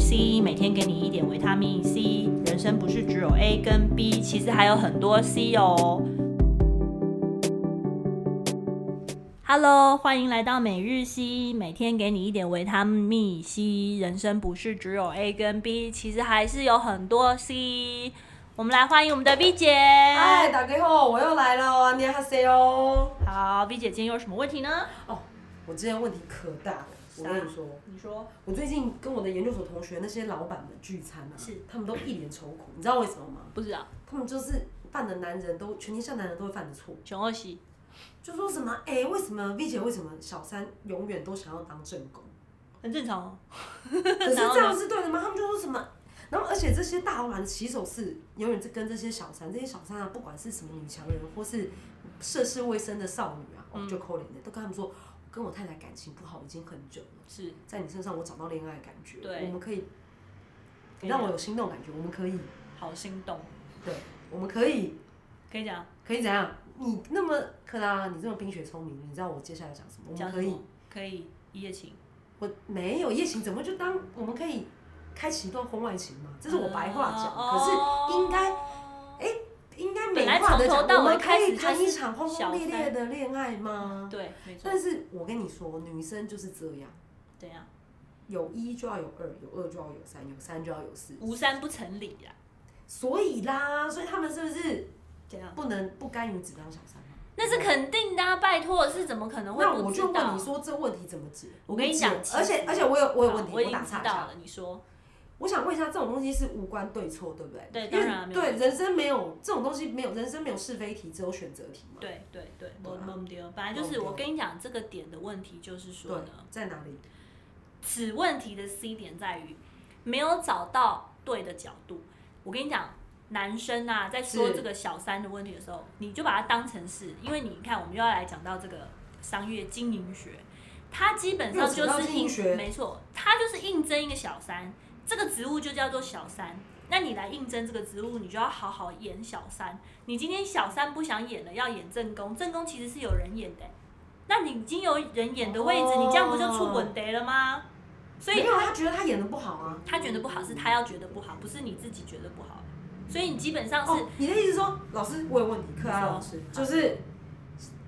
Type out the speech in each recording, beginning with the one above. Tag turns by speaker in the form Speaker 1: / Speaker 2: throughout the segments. Speaker 1: 天给你一点维他命 C，人生不是只有 A 跟 B，其实还有很多 C 哦。Hello，欢迎来到每日 C，每天给你一点维他命 C，人生不是只有 A 跟 B，其实还是有很多 C。我们来欢迎我们的 V 姐。
Speaker 2: 嗨，大家好，我又来了，你好 C 哦。
Speaker 1: 好，V 姐今天有什么问题呢？
Speaker 2: 哦，我之前问题可大了，我跟你说，
Speaker 1: 你说
Speaker 2: 我最近跟我的研究所同学那些老板们聚餐啊，
Speaker 1: 是
Speaker 2: 他们都一脸愁苦，你知道为什么吗？
Speaker 1: 不知道，
Speaker 2: 他们就是犯的男人都，全天下男人都会犯的错，
Speaker 1: 熊二喜
Speaker 2: 就说什么，哎、为什么 V 姐为什么小三永远都想要当正宫？
Speaker 1: 很正常哦。
Speaker 2: 可是
Speaker 1: 然后
Speaker 2: 这样是对的吗？他们就说什么？然后，而且这些大老板的起手式永远是跟这些小三，这些小三啊，不管是什么女强人或是涉世未深的少女啊，
Speaker 1: 嗯
Speaker 2: 哦，就扣脸的，都跟他们说，我跟我太太感情不好已经很久了，
Speaker 1: 是，
Speaker 2: 在你身上我找到恋爱的感觉，
Speaker 1: 对
Speaker 2: 我们可以
Speaker 1: 可以
Speaker 2: 让
Speaker 1: 讲
Speaker 2: 我有心动感觉，我们可以，
Speaker 1: 好心动，
Speaker 2: 对，我们可以，
Speaker 1: 可以讲
Speaker 2: 可以怎样？你那么克拉，你这么冰雪聪明，你知道我接下来讲什么？我
Speaker 1: 讲
Speaker 2: 们
Speaker 1: 什
Speaker 2: 可以
Speaker 1: 么，？可以一夜情。
Speaker 2: 我没有夜情，怎么就当我们可以开启一段婚外情嘛？这是我白话讲，
Speaker 1: 嗯
Speaker 2: 可是应该。
Speaker 1: 哦
Speaker 2: 应该美化的
Speaker 1: 本来从头
Speaker 2: 讲，
Speaker 1: 到
Speaker 2: 我
Speaker 1: 尾
Speaker 2: 们可
Speaker 1: 开始
Speaker 2: 以
Speaker 1: 就是
Speaker 2: 谈一场轰轰烈烈的恋爱吗？
Speaker 1: 对，没错
Speaker 2: 但。是我跟你说，女生就是这样，
Speaker 1: 怎样？
Speaker 2: 有一就要有二，有二就要有三，有三就要有四。
Speaker 1: 无三不成理啊呀。
Speaker 2: 所以啦，所以他们是不是
Speaker 1: 怎样？
Speaker 2: 不能不甘于只当小三吗？
Speaker 1: 那是肯定的、啊，拜托，是怎么可能会
Speaker 2: 那
Speaker 1: 不
Speaker 2: 我
Speaker 1: 知
Speaker 2: 就
Speaker 1: 道
Speaker 2: 问你？说这问题怎么解？
Speaker 1: 我跟你讲
Speaker 2: 解
Speaker 1: 其实
Speaker 2: 而且而且我有我有问
Speaker 1: 好
Speaker 2: 题，
Speaker 1: 啊我已
Speaker 2: 我
Speaker 1: 经
Speaker 2: 打
Speaker 1: 知
Speaker 2: 岔一
Speaker 1: 道
Speaker 2: 下，
Speaker 1: 了。你说，
Speaker 2: 我想问一下，这种东西是无关对错，对不对？
Speaker 1: 对
Speaker 2: 因
Speaker 1: 当
Speaker 2: 为
Speaker 1: 然啊没有
Speaker 2: 对人生没有这种东西，没有人生没有是非题，只有选择题嘛。
Speaker 1: 对对对，
Speaker 2: 对
Speaker 1: 我
Speaker 2: 啊
Speaker 1: 懵丢。本来就是
Speaker 2: 懵丢
Speaker 1: 我跟你讲这个点的问题，就是说
Speaker 2: 对
Speaker 1: 呢，，
Speaker 2: 在哪里？
Speaker 1: 此问题的 C 点在于没有找到对的角度。我跟你讲，男生啊，在说
Speaker 2: 是
Speaker 1: 这个小三的问题的时候，你就把它当成是，因为你看，我们又要来讲到这个商业经营学，它基本上就
Speaker 2: 又扯到
Speaker 1: 是
Speaker 2: 经营学
Speaker 1: 应，没错，它就是应征一个小三，这个职务就叫做小三。那你来应征这个职务，你就要好好演小三。你今天小三不想演了，要演正宫，正宫其实是有人演的、那你已经有人演的位置，你这样不就出稳得了吗？所以
Speaker 2: 没有，他觉得他演的不好啊。
Speaker 1: 他觉得不好是他要觉得不好，不是你自己觉得不好。所以你基本上是、
Speaker 2: 哦，你的意思说，老师，我有问题，克拉老师
Speaker 1: 你，说
Speaker 2: 就是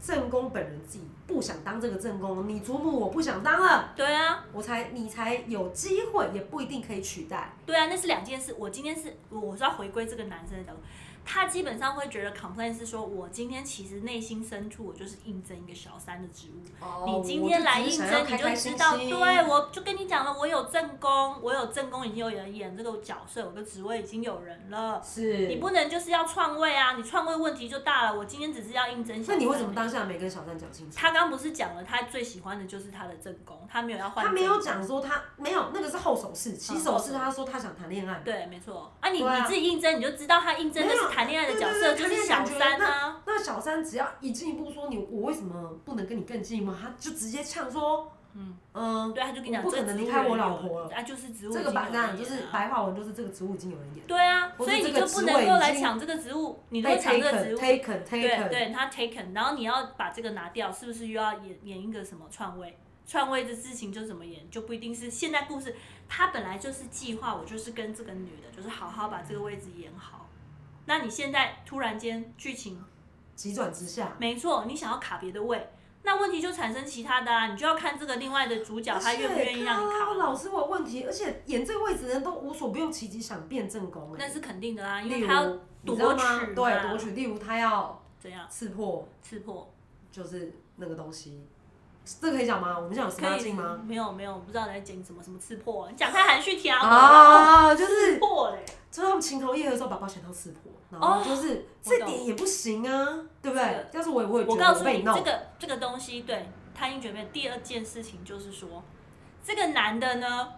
Speaker 2: 正宫本人自己不想当这个正宫，你祖母我不想当了，
Speaker 1: 对啊，
Speaker 2: 我才你才有机会，也不一定可以取代。
Speaker 1: 对啊，那是两件事。我今天是我是要回归这个男生的角度，他基本上会觉得 complain 是说我今天其实内心深处我就是应征一个小三的职务。
Speaker 2: 哦
Speaker 1: 哦你今天来应征，你就知道，对，我就跟你讲了，我有正宫，我有正宫，已经有人演这个角色，有个职位已经有人了。你
Speaker 2: 是。
Speaker 1: 不能就是要篡位啊！你篡位问题就大了。我今天只是要应征小
Speaker 2: 那
Speaker 1: 三。
Speaker 2: 你为什么当下没跟小三讲清楚？
Speaker 1: 他刚不是讲了，他最喜欢的就是他的正宫，他没有要换。嗯
Speaker 2: 他没有。讲说他没有，那个是后手式，起手
Speaker 1: 后手
Speaker 2: 式他说他想谈恋爱。
Speaker 1: 对，没错。啊你，
Speaker 2: 对啊
Speaker 1: 你自己应征，你就知道他应征的
Speaker 2: 没
Speaker 1: 是
Speaker 2: 有
Speaker 1: 谈恋爱的角
Speaker 2: 对
Speaker 1: 色，
Speaker 2: 对对
Speaker 1: 就是小三啊。
Speaker 2: 那小三只要一进一步说你我为什么不能跟你更进一步，他就直接呛说，嗯嗯，
Speaker 1: 对，他就跟你讲，
Speaker 2: 我不可
Speaker 1: 这
Speaker 2: 能
Speaker 1: 个
Speaker 2: 离
Speaker 1: 职务
Speaker 2: 开
Speaker 1: 人
Speaker 2: 我
Speaker 1: 有
Speaker 2: 老婆了
Speaker 1: 啊，就是职务
Speaker 2: 这
Speaker 1: 已
Speaker 2: 个
Speaker 1: 经
Speaker 2: 白
Speaker 1: 有
Speaker 2: 当然
Speaker 1: 人
Speaker 2: 就是
Speaker 1: 啊
Speaker 2: 白话文，就是这个植物已经有人演了，
Speaker 1: 对啊，
Speaker 2: 或
Speaker 1: 所
Speaker 2: 是
Speaker 1: 以你
Speaker 2: 这个
Speaker 1: 就不
Speaker 2: 职
Speaker 1: 能
Speaker 2: 位
Speaker 1: 够
Speaker 2: 已
Speaker 1: 来
Speaker 2: 经
Speaker 1: 抢这个职务，你都
Speaker 2: 被
Speaker 1: 抢这个职务，
Speaker 2: 哎 taken taken
Speaker 1: 对
Speaker 2: taken，
Speaker 1: 对，他 taken，然后你要把这个拿掉，是不是又要演演一个什么篡位？篡位的事情就怎么演，就不一定是现在故事。他本来就是计划，我就是跟这个女的，就是好好把这个位置演好。那你现在突然间剧情，
Speaker 2: 急转直下。
Speaker 1: 没错，你想要卡别的位，那问题就产生其他的啊，你就要看这个另外的主角他愿不愿意让你
Speaker 2: 而且哎他
Speaker 1: 卡。
Speaker 2: 老师我有问题，而且演这个位置的人都无所不用其极，想变正宫
Speaker 1: 那
Speaker 2: 哎。
Speaker 1: 是肯定的啊，因
Speaker 2: 例
Speaker 1: 为
Speaker 2: 如
Speaker 1: 他要
Speaker 2: 你
Speaker 1: 夺
Speaker 2: 知道
Speaker 1: 取
Speaker 2: 吗
Speaker 1: 嘛
Speaker 2: 对夺取，例如他要
Speaker 1: 怎样
Speaker 2: 刺破，
Speaker 1: 刺破，
Speaker 2: 就是那个东西，这可以讲吗？我们现在有十
Speaker 1: 可
Speaker 2: 八
Speaker 1: 以
Speaker 2: 禁吗？？
Speaker 1: 没有没有，我不知道你在讲什么什么刺破、你讲太含蓄条
Speaker 2: 啊，就是
Speaker 1: 刺破嘞。
Speaker 2: 就是他们情投意合的时候，把保险套撕破，然后就是、
Speaker 1: 哦我懂
Speaker 2: 这点也不行啊，对不
Speaker 1: 这
Speaker 2: 对
Speaker 1: 个？
Speaker 2: 要是我也会觉
Speaker 1: 我
Speaker 2: 得
Speaker 1: 告
Speaker 2: 我
Speaker 1: 诉你，
Speaker 2: 被
Speaker 1: 这
Speaker 2: 弄，
Speaker 1: 个这个东西，对贪心绝妹第二件事情就是说，这个男的呢，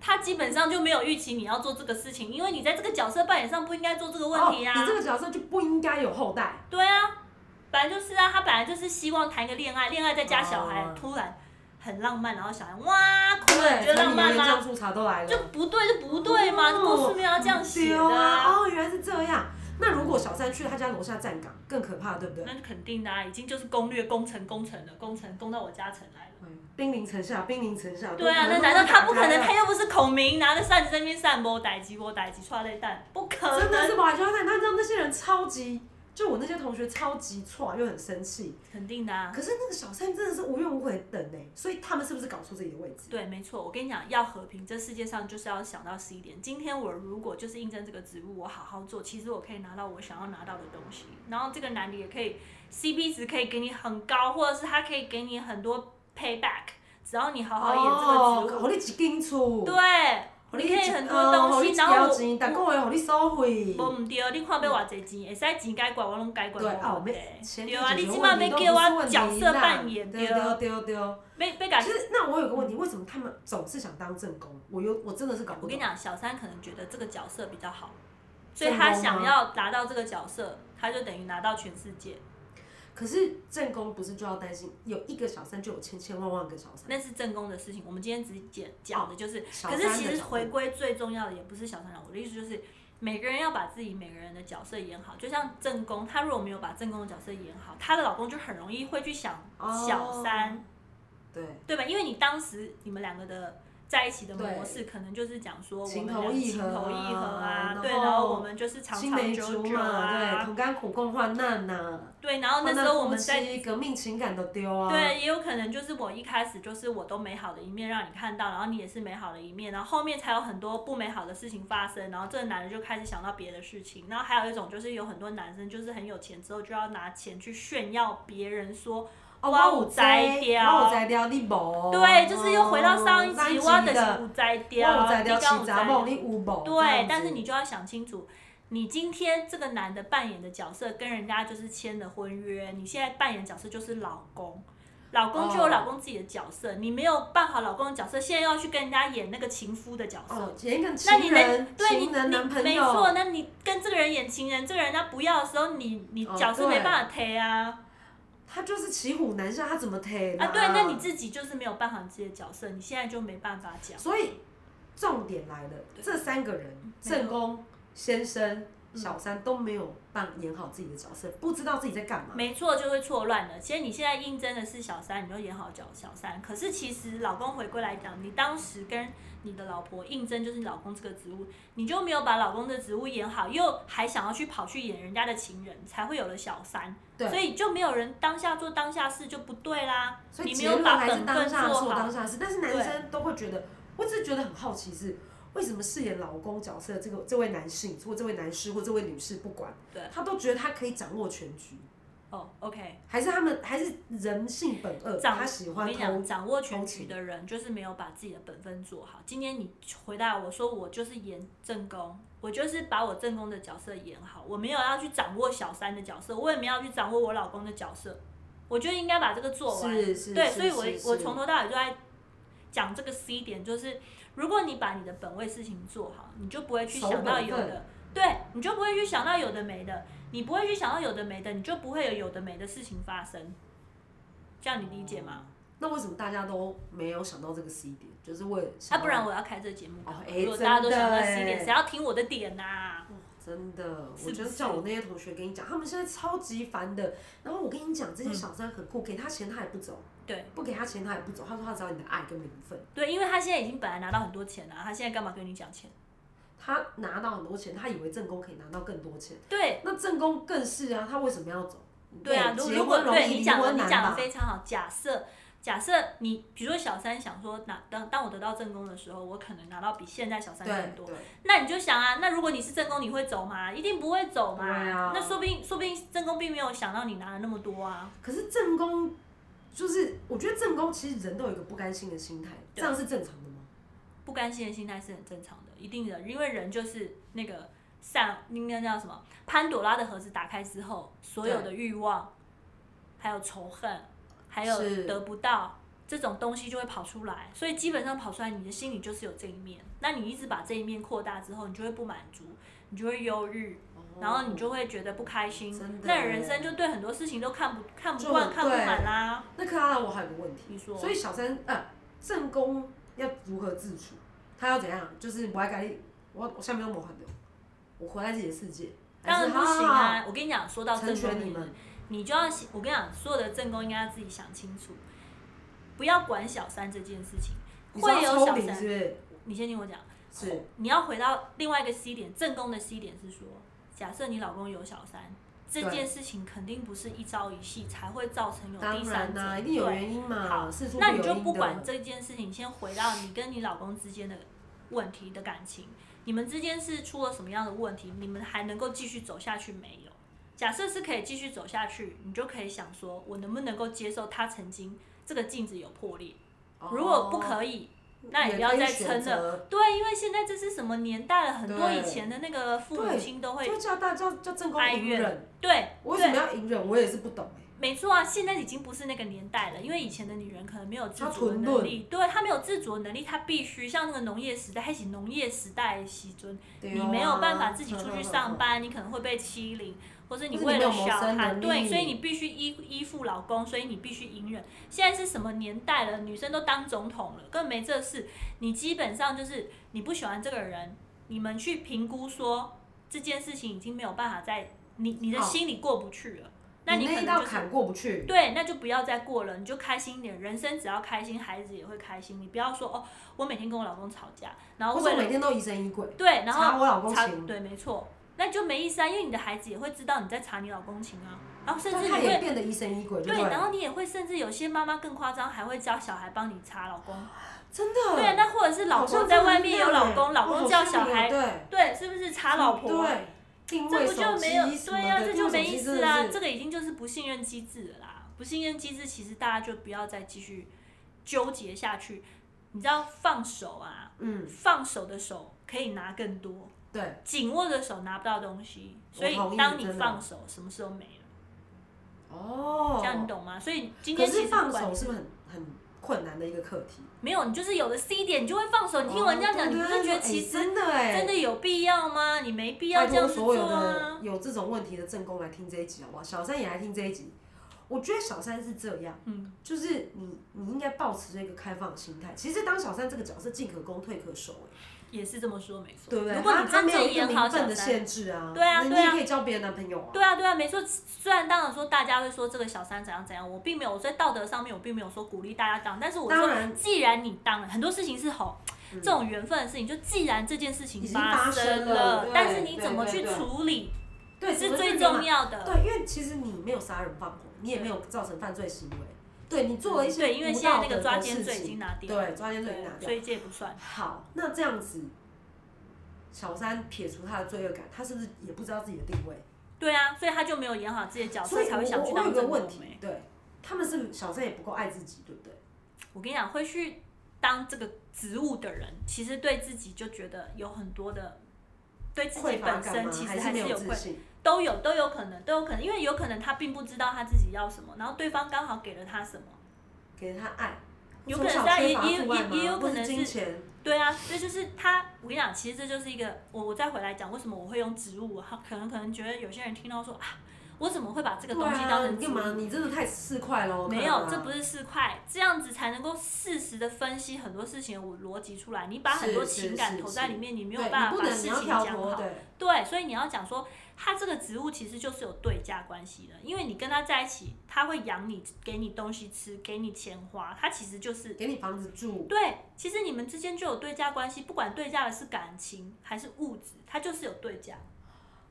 Speaker 1: 他基本上就没有预期你要做这个事情，因为你在这个角色扮演上不应该做这个问题啊。
Speaker 2: 哦，你这个角色就不应该有后代，
Speaker 1: 对啊，本来就是啊，他本来就是希望谈个恋爱，恋爱再加小孩，
Speaker 2: 哦
Speaker 1: 突然很浪漫，然后小孩哇哭了，你
Speaker 2: 对，
Speaker 1: 觉得浪
Speaker 2: 柴米
Speaker 1: 漫
Speaker 2: 油盐酱
Speaker 1: 吗？
Speaker 2: 醋茶都来了，
Speaker 1: 就不对就不对嘛，
Speaker 2: 哦
Speaker 1: 这故事没有要这样写
Speaker 2: 对
Speaker 1: 的
Speaker 2: 哦
Speaker 1: 啊。
Speaker 2: 哦，原来是这样。那如果小三去他家楼下站岗，更可怕，对不对？
Speaker 1: 那肯定的、啊，已经就是攻略攻城攻城了，攻城攻到我家城来了。
Speaker 2: 兵临城下，兵临城下。
Speaker 1: 对啊，那难道他不可能？他又不是孔明，拿着扇子在那边扇，我逮鸡，我逮鸡，踹类蛋，不可能。
Speaker 2: 真的是把鸡踹蛋，他知道那些人超级，就我那些同学超级踹，又很生气。
Speaker 1: 肯定的啊。
Speaker 2: 可是那个小三真的是无怨无悔等哎、欸，所以他们是不是搞错自己的位置？
Speaker 1: 对，没错。我跟你讲，要和平，这世界上就是要想到十一点。今天我如果就是应征这个职务，我好好做，其实我可以拿到我想要拿到的东西。然后这个男的也可以，CP 值可以给你很高，或者是他可以给你很多。pay back，只要你好好演这个职务，
Speaker 2: 互、哦、你一斤出，
Speaker 1: 哦对，
Speaker 2: 哦
Speaker 1: 你可以很多东西，哦、然后
Speaker 2: 我，但个月互你收费。
Speaker 1: 无毋对，你看要偌济钱，会使钱解决，我拢解决
Speaker 2: 对
Speaker 1: 啊，
Speaker 2: 对
Speaker 1: 啊，你即摆要叫我角色扮演，啊
Speaker 2: 对对对对。
Speaker 1: 被被感
Speaker 2: 其实，那我有个问题，为什么他们总是想当正宫？我有，我真的是搞不懂。
Speaker 1: 我跟你讲，小三可能觉得这个角色比较好，所以他想要达到这个角色，他就等于拿到全世界。
Speaker 2: 嗯可是正宫不是就要担心有一个小三就有千千万万个小三？
Speaker 1: 那是正宫的事情。我们今天只讲讲的就是，哦、可是其实回归最重要的也不是小三了。我的意思就是，每个人要把自己每个人的角色演好。就像正宫，她如果没有把正宫的角色演好，她的老公就很容易会去想小三，哦、
Speaker 2: 对
Speaker 1: 对吧？因为你当时你们两个的。在一起的模式可能就是讲说我们情投意合啊，对，然后我们就是长长久久
Speaker 2: 啊，对，同甘苦共患难呐、啊，
Speaker 1: 对，然哦后那时候我们在
Speaker 2: 革命情感都丢啊，
Speaker 1: 对，也有可能就是我一开始就是我都美好的一面让你看到，然后你也是美好的一面，然后后面才有很多不美好的事情发生，然后这个男人就开始想到别的事情，然后还有一种就是有很多男生就是很有钱之后就要拿钱去炫耀别人说。
Speaker 2: 哦、
Speaker 1: 我有摘
Speaker 2: 掉，我有摘掉，你无。哦
Speaker 1: 对，就是又回到哦上一集，我的是有摘掉，
Speaker 2: 我有摘掉，
Speaker 1: 你有
Speaker 2: 摘掉，你有无？
Speaker 1: 对，但是你就要想清楚，你今天这个男的扮演的角色跟人家就是签了婚约，你现在扮演角色就是老公，老公就有老公自己的角色，哦、你没有扮好老公的角色，现在要去跟人家演那个情夫的角色，
Speaker 2: 哦、演个
Speaker 1: 那你能对你
Speaker 2: 你
Speaker 1: 没错，那你跟这个人演情人，这个人家不要的时候，你你角色没办法推啊。
Speaker 2: 他就是骑虎难下，他怎么推
Speaker 1: 啊？对，那你自己就是没有办法自己的角色，你现在就没办法讲。嗯
Speaker 2: 所以重点来了，这三个人正宫先生、小三都没有扮演好自己的角色，不知道自己在干嘛。
Speaker 1: 没错，就会错乱了。其实你现在应征的是小三，你就演好角小三。可是其实老公回归来讲，你当时跟你的老婆应征就是你老公这个职务，你就没有把老公的职务演好，又还想要去跑去演人家的情人，才会有了小三。所以就没有人当下做当下事就不对啦。
Speaker 2: 所以
Speaker 1: 你没有把本
Speaker 2: 分
Speaker 1: 做好。
Speaker 2: 做当下事，但是男生都会觉得，我只是觉得很好奇是为什么饰演老公角色这个这位男性或这位男士或这位女士不管，他都觉得他可以掌握全局。
Speaker 1: 哦、oh,，OK，
Speaker 2: 还是他们还是人性本恶，呃他喜欢
Speaker 1: 讲掌握全局的人，就是没有把自己的本分做好。今天你回答我说，我就是演正宫，我就是把我正宫的角色演好，我没有要去掌握小三的角色，我也没有去掌握我老公的角色，我就应该把这个做完。
Speaker 2: 是是
Speaker 1: 对，
Speaker 2: 是
Speaker 1: 所以我我从头到尾就在讲这个 C 点，就是如果你把你的本位事情做好，你就不会去想到有的。对，你就不会去想到有的没的，你不会去想到有的没的，你就不会有有的没的事情发生。这样你理解吗？
Speaker 2: 那为什么大家都没有想到这个 C 点？就是为了……
Speaker 1: 啊，不然我要开这个节目。
Speaker 2: 哦，哎、
Speaker 1: 欸，如果大家都想到 C 点，谁要听我的点呐、啊
Speaker 2: 哦？真的，
Speaker 1: 是是
Speaker 2: 我就是叫我那些同学跟你讲，他们现在超级烦的。然后我跟你讲，这些小三很酷，给他钱他也不走。
Speaker 1: 嗯对，
Speaker 2: 不给他钱他也不走，他说他只要你的爱跟名分。
Speaker 1: 对，因为他现在已经本来拿到很多钱了、啊，他现在干嘛跟你讲钱？
Speaker 2: 他拿到很多钱，他以为正宫可以拿到更多钱。
Speaker 1: 对，
Speaker 2: 那正宫更是啊，他为什么要走？
Speaker 1: 对啊，
Speaker 2: 对
Speaker 1: 如果对你讲的
Speaker 2: 你
Speaker 1: 讲的非常好。假设假设你，比如说小三想说拿当当我得到正宫的时候，我可能拿到比现在小三更多。那你就想啊，那如果你是正宫，你会走吗？一定不会走嘛。
Speaker 2: 啊、
Speaker 1: 那说不定说不定正宫并没有想到你拿了那么多啊。
Speaker 2: 可是正宫就是我觉得正宫其实人都有一个不甘心的心态，这样是正常的吗？
Speaker 1: 不甘心的心态是很正常的。一定的，因为人就是那个善，应该叫什么？潘朵拉的盒子打开之后，所有的欲望，还有仇恨，还有得不到这种东西就会跑出来。所以基本上跑出来，你的心里就是有这一面。那你一直把这一面扩大之后，你就会不满足，你就会忧郁，哦、然后你就会觉得不开心。那人生就对很多事情都看不看不惯、看不满啦。
Speaker 2: 那克拉拉，我还有个问题，
Speaker 1: 你说，
Speaker 2: 所以小三啊，正宫要如何自处？他要怎样？就是我爱改，我我下面都抹很多，我活在自己的世界，
Speaker 1: 当然不行
Speaker 2: 还是
Speaker 1: 啊！我跟你讲，说到
Speaker 2: 成
Speaker 1: 正
Speaker 2: 全你
Speaker 1: 宫的
Speaker 2: 们
Speaker 1: 人，，你就要想我跟你讲，所有的正宫应该要自己想清楚，不要管小三这件事情。
Speaker 2: 你说要
Speaker 1: 会有
Speaker 2: 抽
Speaker 1: 小
Speaker 2: 离
Speaker 1: 三
Speaker 2: 是不是？
Speaker 1: 你先听我讲，
Speaker 2: 是
Speaker 1: 你要回到另外一个 C 点，正宫的 C 点是说，假设你老公有小三，这
Speaker 2: 对
Speaker 1: 件事情肯定不是一朝一夕才会造成有
Speaker 2: 当
Speaker 1: 第三
Speaker 2: 然
Speaker 1: 者，
Speaker 2: 啦、一定有
Speaker 1: 对
Speaker 2: 原因嘛，
Speaker 1: 好
Speaker 2: 事出
Speaker 1: 那
Speaker 2: 必
Speaker 1: 你
Speaker 2: 有
Speaker 1: 就
Speaker 2: 因
Speaker 1: 不
Speaker 2: 的
Speaker 1: 管这件事情，先回到你跟你老公之间的问题的感情，你们之间是出了什么样的问题？你们还能够继续走下去没有？假设是可以继续走下去，你就可以想说，我能不能够接受他曾经这个镜子有破裂？如果不
Speaker 2: 哦
Speaker 1: 可以，那
Speaker 2: 也
Speaker 1: 也不要
Speaker 2: 可以
Speaker 1: 再
Speaker 2: 选
Speaker 1: 撑了。
Speaker 2: 择
Speaker 1: 对，因为现在这是什么年代了，很多
Speaker 2: 对
Speaker 1: 以前的那个父母
Speaker 2: 对
Speaker 1: 亲都会
Speaker 2: 就叫大叫叫正宫
Speaker 1: 哀
Speaker 2: 隐
Speaker 1: 怨
Speaker 2: 忍，
Speaker 1: 对
Speaker 2: 我为什么
Speaker 1: 对，
Speaker 2: 要隐忍？我也是不懂哎、
Speaker 1: 没错啊，现在已经不是那个年代了，因为以前的女人可能没有自
Speaker 2: 她
Speaker 1: 主的
Speaker 2: 存
Speaker 1: 能
Speaker 2: 论
Speaker 1: 力，对她没有自主的能力，她必须像那个农业时代，还是农业时代的时尊，
Speaker 2: 对
Speaker 1: 你
Speaker 2: 哦
Speaker 1: 没有办法
Speaker 2: 啊
Speaker 1: 自己
Speaker 2: 呵
Speaker 1: 出
Speaker 2: 呵
Speaker 1: 去
Speaker 2: 呵
Speaker 1: 上
Speaker 2: 呵
Speaker 1: 班，你可能会被欺凌，或是你
Speaker 2: 或
Speaker 1: 为
Speaker 2: 是你没有
Speaker 1: 了
Speaker 2: 谋
Speaker 1: 小
Speaker 2: 生
Speaker 1: 孩，
Speaker 2: 能
Speaker 1: 对，所以
Speaker 2: 力
Speaker 1: 你必须依依附老公，所以你必须隐忍。现在是什么年代了？女生都当总统了，根本没这事。你基本上就是你不喜欢这个人，你们去评估说这件事情已经没有办法在你你的
Speaker 2: 好
Speaker 1: 心里过不去了，那
Speaker 2: 你
Speaker 1: 可
Speaker 2: 那一
Speaker 1: 能
Speaker 2: 道
Speaker 1: 就是
Speaker 2: 坎过不去，
Speaker 1: 对，那就不要再过了，你就开心一点。人生只要开心，孩子也会开心。你不要说哦，我每天跟我老公吵架，然后
Speaker 2: 或者
Speaker 1: 为
Speaker 2: 我每
Speaker 1: 了
Speaker 2: 天都疑神疑鬼，
Speaker 1: 对，然
Speaker 2: 查
Speaker 1: 后
Speaker 2: 我老公
Speaker 1: 查
Speaker 2: 情，
Speaker 1: 对，没错，那就没意思啊，因为你的孩子也会知道你在查你老公情啊，然后甚
Speaker 2: 但
Speaker 1: 至你
Speaker 2: 他也
Speaker 1: 会
Speaker 2: 变得疑神疑鬼，
Speaker 1: 对，
Speaker 2: 不
Speaker 1: 然后你也会甚至有些妈妈更夸张，还会教小孩帮你查老 公，
Speaker 2: 真的，
Speaker 1: 对啊，那或者是老
Speaker 2: 好像
Speaker 1: 婆
Speaker 2: 真
Speaker 1: 在
Speaker 2: 的
Speaker 1: 外
Speaker 2: 是
Speaker 1: 面
Speaker 2: 这
Speaker 1: 有
Speaker 2: 样
Speaker 1: 老公，
Speaker 2: 欸
Speaker 1: 老
Speaker 2: 哦
Speaker 1: 公
Speaker 2: 好
Speaker 1: 叫
Speaker 2: 像
Speaker 1: 小
Speaker 2: 有
Speaker 1: 孩，
Speaker 2: 对
Speaker 1: 对，是不是查老婆？啊
Speaker 2: 对，定
Speaker 1: 这
Speaker 2: 位
Speaker 1: 不
Speaker 2: 手
Speaker 1: 就没有
Speaker 2: 机什
Speaker 1: 对
Speaker 2: 么
Speaker 1: 呀、
Speaker 2: 的
Speaker 1: 这
Speaker 2: 定
Speaker 1: 就
Speaker 2: 位手
Speaker 1: 没
Speaker 2: 机
Speaker 1: 意
Speaker 2: 真
Speaker 1: 思
Speaker 2: 的
Speaker 1: 啊，
Speaker 2: 是
Speaker 1: 这个已经就是不信任机制了啦。不信任机制其实大家就不要再继续纠结下去，你知道放手啊，
Speaker 2: 嗯，
Speaker 1: 放手的手可以拿更多，
Speaker 2: 对，
Speaker 1: 紧握的手拿不到东西，所以
Speaker 2: 我同意
Speaker 1: 当你
Speaker 2: 真的
Speaker 1: 放手，什么事都没了，
Speaker 2: 哦，
Speaker 1: 这样你懂吗？所以今
Speaker 2: 可
Speaker 1: 天其
Speaker 2: 是
Speaker 1: 实
Speaker 2: 放
Speaker 1: 不管
Speaker 2: 手是不是很很困难的一个课题？
Speaker 1: 没有，你就是有了 C 点，你就会放手。你听我这样讲，
Speaker 2: 哦
Speaker 1: 你不
Speaker 2: 对
Speaker 1: 是觉
Speaker 2: 哎
Speaker 1: 得其实
Speaker 2: 真的哎，
Speaker 1: 真的有必要吗？你没必要
Speaker 2: 拜
Speaker 1: 这
Speaker 2: 托
Speaker 1: 样子
Speaker 2: 所有
Speaker 1: 做
Speaker 2: 的
Speaker 1: 啊。
Speaker 2: 有这种问题的正宫来听这一集好不好？小三也来听这一集。我觉得小三是这样，
Speaker 1: 嗯，
Speaker 2: 就是你你应该保持着一个开放的心态。其实当小三这个角色，进可攻退可守、哎，
Speaker 1: 也是这么说，没错。
Speaker 2: 对不对？
Speaker 1: 如果
Speaker 2: 他
Speaker 1: 你
Speaker 2: 他
Speaker 1: 真
Speaker 2: 没有
Speaker 1: 正
Speaker 2: 一个
Speaker 1: 演好
Speaker 2: 名分
Speaker 1: 小
Speaker 2: 的
Speaker 1: 三，
Speaker 2: 限制啊，
Speaker 1: 对啊
Speaker 2: 那
Speaker 1: 对
Speaker 2: 你也
Speaker 1: 啊
Speaker 2: 可以交别的男朋友啊。
Speaker 1: 对啊，对啊，没错。虽然当然说大家会说这个小三怎样怎样，我并没有我在道德上面我并没有说鼓励大家当，但是我
Speaker 2: 当
Speaker 1: 说
Speaker 2: 然
Speaker 1: 既然你当了，很多事情是吼、
Speaker 2: 嗯
Speaker 1: 这种缘分的事情，就既然这件事情
Speaker 2: 已经发
Speaker 1: 生
Speaker 2: 生了对
Speaker 1: 但是你怎么
Speaker 2: 对
Speaker 1: 去
Speaker 2: 对对
Speaker 1: 处理
Speaker 2: 对，
Speaker 1: 是
Speaker 2: 只
Speaker 1: 最
Speaker 2: 这样啊
Speaker 1: 重
Speaker 2: 嘛
Speaker 1: 要的。
Speaker 2: 对，因为其实你没有杀人放火，你也没有造成犯罪行为，对你做了一些
Speaker 1: 嗯对，因为
Speaker 2: 无
Speaker 1: 现在
Speaker 2: 道
Speaker 1: 那个
Speaker 2: 德
Speaker 1: 抓
Speaker 2: 的
Speaker 1: 奸
Speaker 2: 事
Speaker 1: 罪已
Speaker 2: 情
Speaker 1: 经拿掉了，
Speaker 2: 对，抓奸罪已经拿掉
Speaker 1: 所。以这也不算。
Speaker 2: 好，那这样子，小三撇除他的罪恶感，他是不是也不知道自己的定位？
Speaker 1: 对啊，所以他就没有演好自己的角
Speaker 2: 所
Speaker 1: 色，
Speaker 2: 以
Speaker 1: 才会想
Speaker 2: 我
Speaker 1: 去
Speaker 2: 我我有
Speaker 1: 当
Speaker 2: 一个
Speaker 1: 正宫
Speaker 2: 问题
Speaker 1: 欸。，
Speaker 2: 对，他们是不是小三也不够爱自己，对不对？
Speaker 1: 我跟你讲，会去当这个职务的人，其实对自己就觉得有很多的，对自己
Speaker 2: 匮乏
Speaker 1: 本
Speaker 2: 感
Speaker 1: 身
Speaker 2: 吗？
Speaker 1: 其实
Speaker 2: 还是没
Speaker 1: 是有
Speaker 2: 自
Speaker 1: 愧，
Speaker 2: 信？
Speaker 1: 都有都有可能，都有可能，因为有可能他并不知道他自己要什么，然后对方刚好给了他什么，
Speaker 2: 给他爱，
Speaker 1: 有
Speaker 2: 从
Speaker 1: 可能
Speaker 2: 小
Speaker 1: 是他
Speaker 2: 缺
Speaker 1: 也
Speaker 2: 乏
Speaker 1: 也
Speaker 2: 父爱
Speaker 1: 也也有
Speaker 2: 吗或
Speaker 1: 可能
Speaker 2: 是金
Speaker 1: 是
Speaker 2: 钱，
Speaker 1: 对啊，这就是他。我跟你讲，其实这就是一个我我再回来讲为什么我会用职务，他可能可能觉得有些人听到说啊，我怎么会把这个
Speaker 2: 对
Speaker 1: 东西当
Speaker 2: 啊，
Speaker 1: 成
Speaker 2: 你
Speaker 1: 职
Speaker 2: 干
Speaker 1: 务？
Speaker 2: 嘛？你真的太市侩喽！
Speaker 1: 没
Speaker 2: 看
Speaker 1: 有，
Speaker 2: 啊
Speaker 1: 这不是四块，这样子才能够适时的分析很多事情的逻辑出来。你把
Speaker 2: 是
Speaker 1: 很多
Speaker 2: 是
Speaker 1: 情
Speaker 2: 是
Speaker 1: 感投
Speaker 2: 是
Speaker 1: 在里面，你没有
Speaker 2: 对
Speaker 1: 办
Speaker 2: 你
Speaker 1: 法
Speaker 2: 不
Speaker 1: 把
Speaker 2: 能
Speaker 1: 事
Speaker 2: 你要
Speaker 1: 情
Speaker 2: 跳
Speaker 1: 讲
Speaker 2: 脱，
Speaker 1: 好。
Speaker 2: 对，
Speaker 1: 对，所以你要讲说，他这个职务其实就是有对价关系的，因为你跟他在一起，他会养你，给你东西吃，给你钱花，他其实就是。
Speaker 2: 给你房子住，
Speaker 1: 对，其实你们之间就有对价关系，不管对价的是感情还是物质，它就是有对价。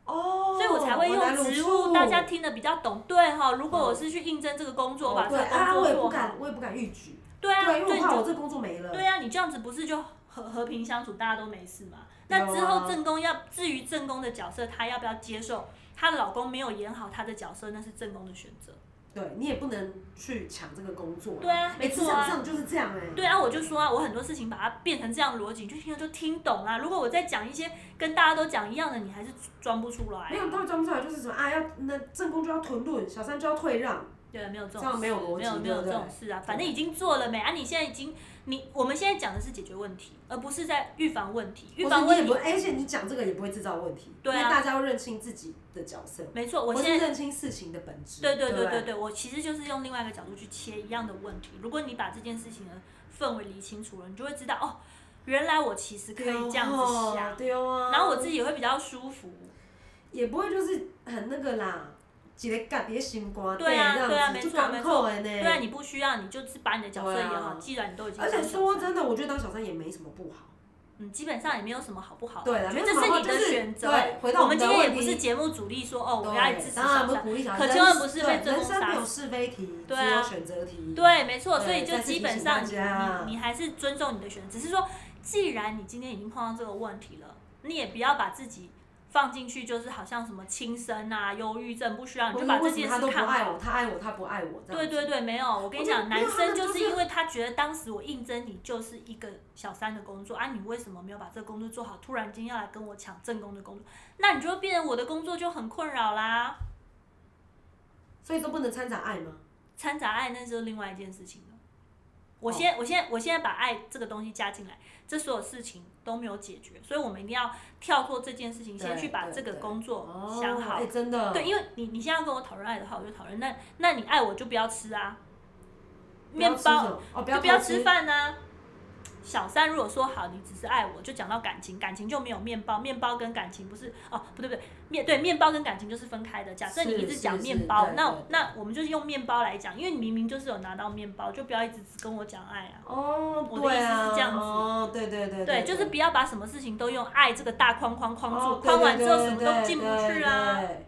Speaker 2: 哦，
Speaker 1: 所以我才会用
Speaker 2: 来如
Speaker 1: 职
Speaker 2: 初
Speaker 1: 务，大家听得比较懂。对哈、如果我是去应征这个工作，我把
Speaker 2: 哦
Speaker 1: 这
Speaker 2: 对
Speaker 1: 个
Speaker 2: 啊，
Speaker 1: 工
Speaker 2: 我
Speaker 1: 作
Speaker 2: 也不
Speaker 1: 做好
Speaker 2: 敢，。我也不敢逾矩，
Speaker 1: 对啊，
Speaker 2: 对，因为
Speaker 1: 对
Speaker 2: 我
Speaker 1: 你
Speaker 2: 怕我
Speaker 1: 就
Speaker 2: 这工作没了。
Speaker 1: 对啊，你这样子不是就和和平相处，大家都没事嘛？那之
Speaker 2: 有啊
Speaker 1: 后正宫要至于正宫的角色，她要不要接受她的老公没有演好她的角色，那是正宫的选择。
Speaker 2: 对你也不能去抢这个工作。
Speaker 1: 对啊
Speaker 2: 哎，
Speaker 1: 没
Speaker 2: 职
Speaker 1: 错
Speaker 2: 场
Speaker 1: 啊。
Speaker 2: 上就是这样哎、
Speaker 1: 对啊，我就说啊，我很多事情把它变成这样的逻辑，你就听了就听懂啦、如果我再讲一些跟大家都讲一样的，你还是装不出来、
Speaker 2: 没有到装出来就是什么啊，要那正宫就要屯论，小三就要退让，
Speaker 1: 对，没有这种
Speaker 2: 这样没有逻辑
Speaker 1: 没有没有
Speaker 2: 对不
Speaker 1: 这
Speaker 2: 对
Speaker 1: 种事啊，反正已经做了没啊？你现在已经你我们现在讲的是解决问题，而不是在预防问题。预
Speaker 2: 或是
Speaker 1: 防
Speaker 2: 你也
Speaker 1: 问
Speaker 2: 不
Speaker 1: 题，
Speaker 2: 会，哎而且你讲这个也不会制造问题，
Speaker 1: 对啊
Speaker 2: 因为大家要认清自己的角色，
Speaker 1: 没错，我
Speaker 2: 或
Speaker 1: 现
Speaker 2: 是
Speaker 1: 在
Speaker 2: 认清事情的本质。
Speaker 1: 对对
Speaker 2: 不
Speaker 1: 对对对，我其实就是用另外一个角度去切一样的问题。如果你把这件事情的氛围理清楚了，你就会知道哦，原来我其实可以这样子想，
Speaker 2: 对哦，
Speaker 1: 然后我自己也会比较舒服。
Speaker 2: 也不会就是很那个啦，一个夹别心肝底
Speaker 1: 对啊
Speaker 2: 这
Speaker 1: 对啊
Speaker 2: 样
Speaker 1: 没
Speaker 2: 子，就
Speaker 1: 错
Speaker 2: 港口的呢。
Speaker 1: 对啊，你不需要，你就是把你的角色
Speaker 2: 对
Speaker 1: 演
Speaker 2: 啊
Speaker 1: 好。既然你都已经
Speaker 2: 而且
Speaker 1: 当小
Speaker 2: 说
Speaker 1: 三
Speaker 2: 真的，我觉得当小三也没什么不好。
Speaker 1: 嗯，基本上也没有什么好不好的，
Speaker 2: 对
Speaker 1: 我
Speaker 2: 啦
Speaker 1: 觉
Speaker 2: 没
Speaker 1: 得
Speaker 2: 有
Speaker 1: 这
Speaker 2: 什么
Speaker 1: 你
Speaker 2: 好就
Speaker 1: 的
Speaker 2: 是
Speaker 1: 选择。
Speaker 2: 对回到
Speaker 1: 我
Speaker 2: 我
Speaker 1: 们
Speaker 2: 们
Speaker 1: 今
Speaker 2: 的
Speaker 1: 天也
Speaker 2: 问
Speaker 1: 不是
Speaker 2: 题
Speaker 1: 节目主力说哦，我
Speaker 2: 对，
Speaker 1: 要支持小
Speaker 2: 当然不
Speaker 1: 三。
Speaker 2: 鼓励小
Speaker 1: 可
Speaker 2: 三，
Speaker 1: 千万不是被
Speaker 2: 对
Speaker 1: 追
Speaker 2: 人
Speaker 1: 踪
Speaker 2: 生
Speaker 1: 杀
Speaker 2: 没有
Speaker 1: 死
Speaker 2: 是非题，
Speaker 1: 对
Speaker 2: 只
Speaker 1: 啊
Speaker 2: 有选择题。
Speaker 1: 对，没错，所以
Speaker 2: 对
Speaker 1: 就
Speaker 2: 再次
Speaker 1: 基
Speaker 2: 提
Speaker 1: 本
Speaker 2: 醒
Speaker 1: 上
Speaker 2: 大
Speaker 1: 你
Speaker 2: 家
Speaker 1: 你你还是尊重你的选择，只是说，既然你今天已经碰到这个问题了，你也不要把自己放进去，就是好像什么轻生啊、忧郁症不需要，你
Speaker 2: 或
Speaker 1: 就
Speaker 2: 者
Speaker 1: 把这
Speaker 2: 为什么
Speaker 1: 件
Speaker 2: 他
Speaker 1: 事
Speaker 2: 都不
Speaker 1: 看
Speaker 2: 爱
Speaker 1: 好。
Speaker 2: 我，他爱我，他不爱我，这样
Speaker 1: 对
Speaker 2: 子
Speaker 1: 对对，没有，我跟你
Speaker 2: 我觉得
Speaker 1: 讲，
Speaker 2: 没有
Speaker 1: 男
Speaker 2: 他
Speaker 1: 生
Speaker 2: 们
Speaker 1: 就
Speaker 2: 就是是
Speaker 1: 因为他觉得当时我应征你就是一个小三的工作啊，你为什么没有把这个工作做好？突然间要来跟我抢正工的工作，那你就会变成我的工作就很困扰啦。
Speaker 2: 所以都不能掺杂爱吗？
Speaker 1: 掺杂爱那就是另外一件事情了。我
Speaker 2: 哦
Speaker 1: 现在、我现在我现在把爱这个东西加进来，这所有事情都没有解决，所以我们一定要跳脱这件事情，
Speaker 2: 对
Speaker 1: 先去把
Speaker 2: 对
Speaker 1: 这个
Speaker 2: 对
Speaker 1: 工作
Speaker 2: 哦，
Speaker 1: 想好。
Speaker 2: 哎，真的，
Speaker 1: 对，因为你你现在要跟我讨论爱的话，我就讨论那那你爱我就不要吃啊，
Speaker 2: 不要
Speaker 1: 面
Speaker 2: 吃什
Speaker 1: 包
Speaker 2: 么哦，不
Speaker 1: 就
Speaker 2: 要
Speaker 1: 不要
Speaker 2: 偷
Speaker 1: 吃饭啊。小三如果说好，你只是爱我，就讲到感情，感情就没有面包，面包跟感情不是哦，不对不对，面对面包跟感情就是分开的。假设你
Speaker 2: 是
Speaker 1: 一直讲
Speaker 2: 是
Speaker 1: 面
Speaker 2: 是
Speaker 1: 包，
Speaker 2: 对
Speaker 1: 那
Speaker 2: 对对
Speaker 1: 那我们就是用面包来讲，因为你明明就是有拿到面包，就不要一直只跟我讲爱啊。
Speaker 2: 哦，
Speaker 1: 我的
Speaker 2: 对
Speaker 1: 意思
Speaker 2: 啊，
Speaker 1: 是这样子
Speaker 2: 哦，对对对
Speaker 1: 对，就是不要把什么事情都用爱这个大框框框住，
Speaker 2: 哦对
Speaker 1: 框完
Speaker 2: 对
Speaker 1: 之后
Speaker 2: 对
Speaker 1: 什么
Speaker 2: 对
Speaker 1: 都进不
Speaker 2: 对
Speaker 1: 去啊，
Speaker 2: 对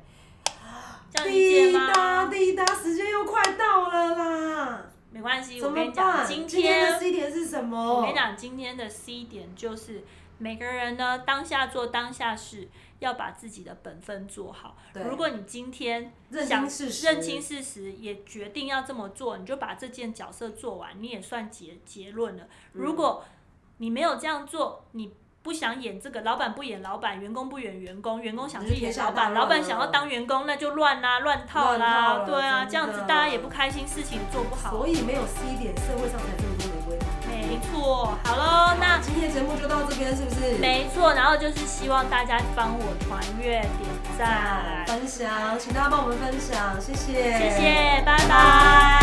Speaker 1: 这样理解
Speaker 2: 滴
Speaker 1: 吗
Speaker 2: 答？滴答，时间又快到了啦，
Speaker 1: 没关系，
Speaker 2: 怎
Speaker 1: 我跟
Speaker 2: 么
Speaker 1: 你讲，
Speaker 2: 办？
Speaker 1: 今
Speaker 2: 天
Speaker 1: 天
Speaker 2: 的 C 点是什么？
Speaker 1: 我跟你讲，今天的 C 点就是每个人呢，当下做当下事，要把自己的本分做好。
Speaker 2: 对
Speaker 1: 如果你今天
Speaker 2: 认
Speaker 1: 想
Speaker 2: 清事实，
Speaker 1: 认清事实，也决定要这么做，你就把这件角色做完，你也算结结论
Speaker 2: 嗯
Speaker 1: 了。如果你没有这样做，你不想演这个，老板不演老板，员工不演员工，员工想去
Speaker 2: 你就
Speaker 1: 演
Speaker 2: 天下
Speaker 1: 老板，
Speaker 2: 大乱
Speaker 1: 老板
Speaker 2: 了
Speaker 1: 想要当员工，那就乱啦、乱套
Speaker 2: 乱
Speaker 1: 啦，
Speaker 2: 套了
Speaker 1: 对啊，
Speaker 2: 真
Speaker 1: 这样子
Speaker 2: 的
Speaker 1: 大家也不开心，事情也做不好
Speaker 2: 所。以没有 C 点，社会上才这么多玫瑰花。
Speaker 1: 没错，好喽，那
Speaker 2: 今天节目就到这边，是不是？
Speaker 1: 没错，然后就是希望大家帮我传阅、点赞，
Speaker 2: 啊分享，请大家帮我们分享，谢谢，
Speaker 1: 谢谢，拜拜。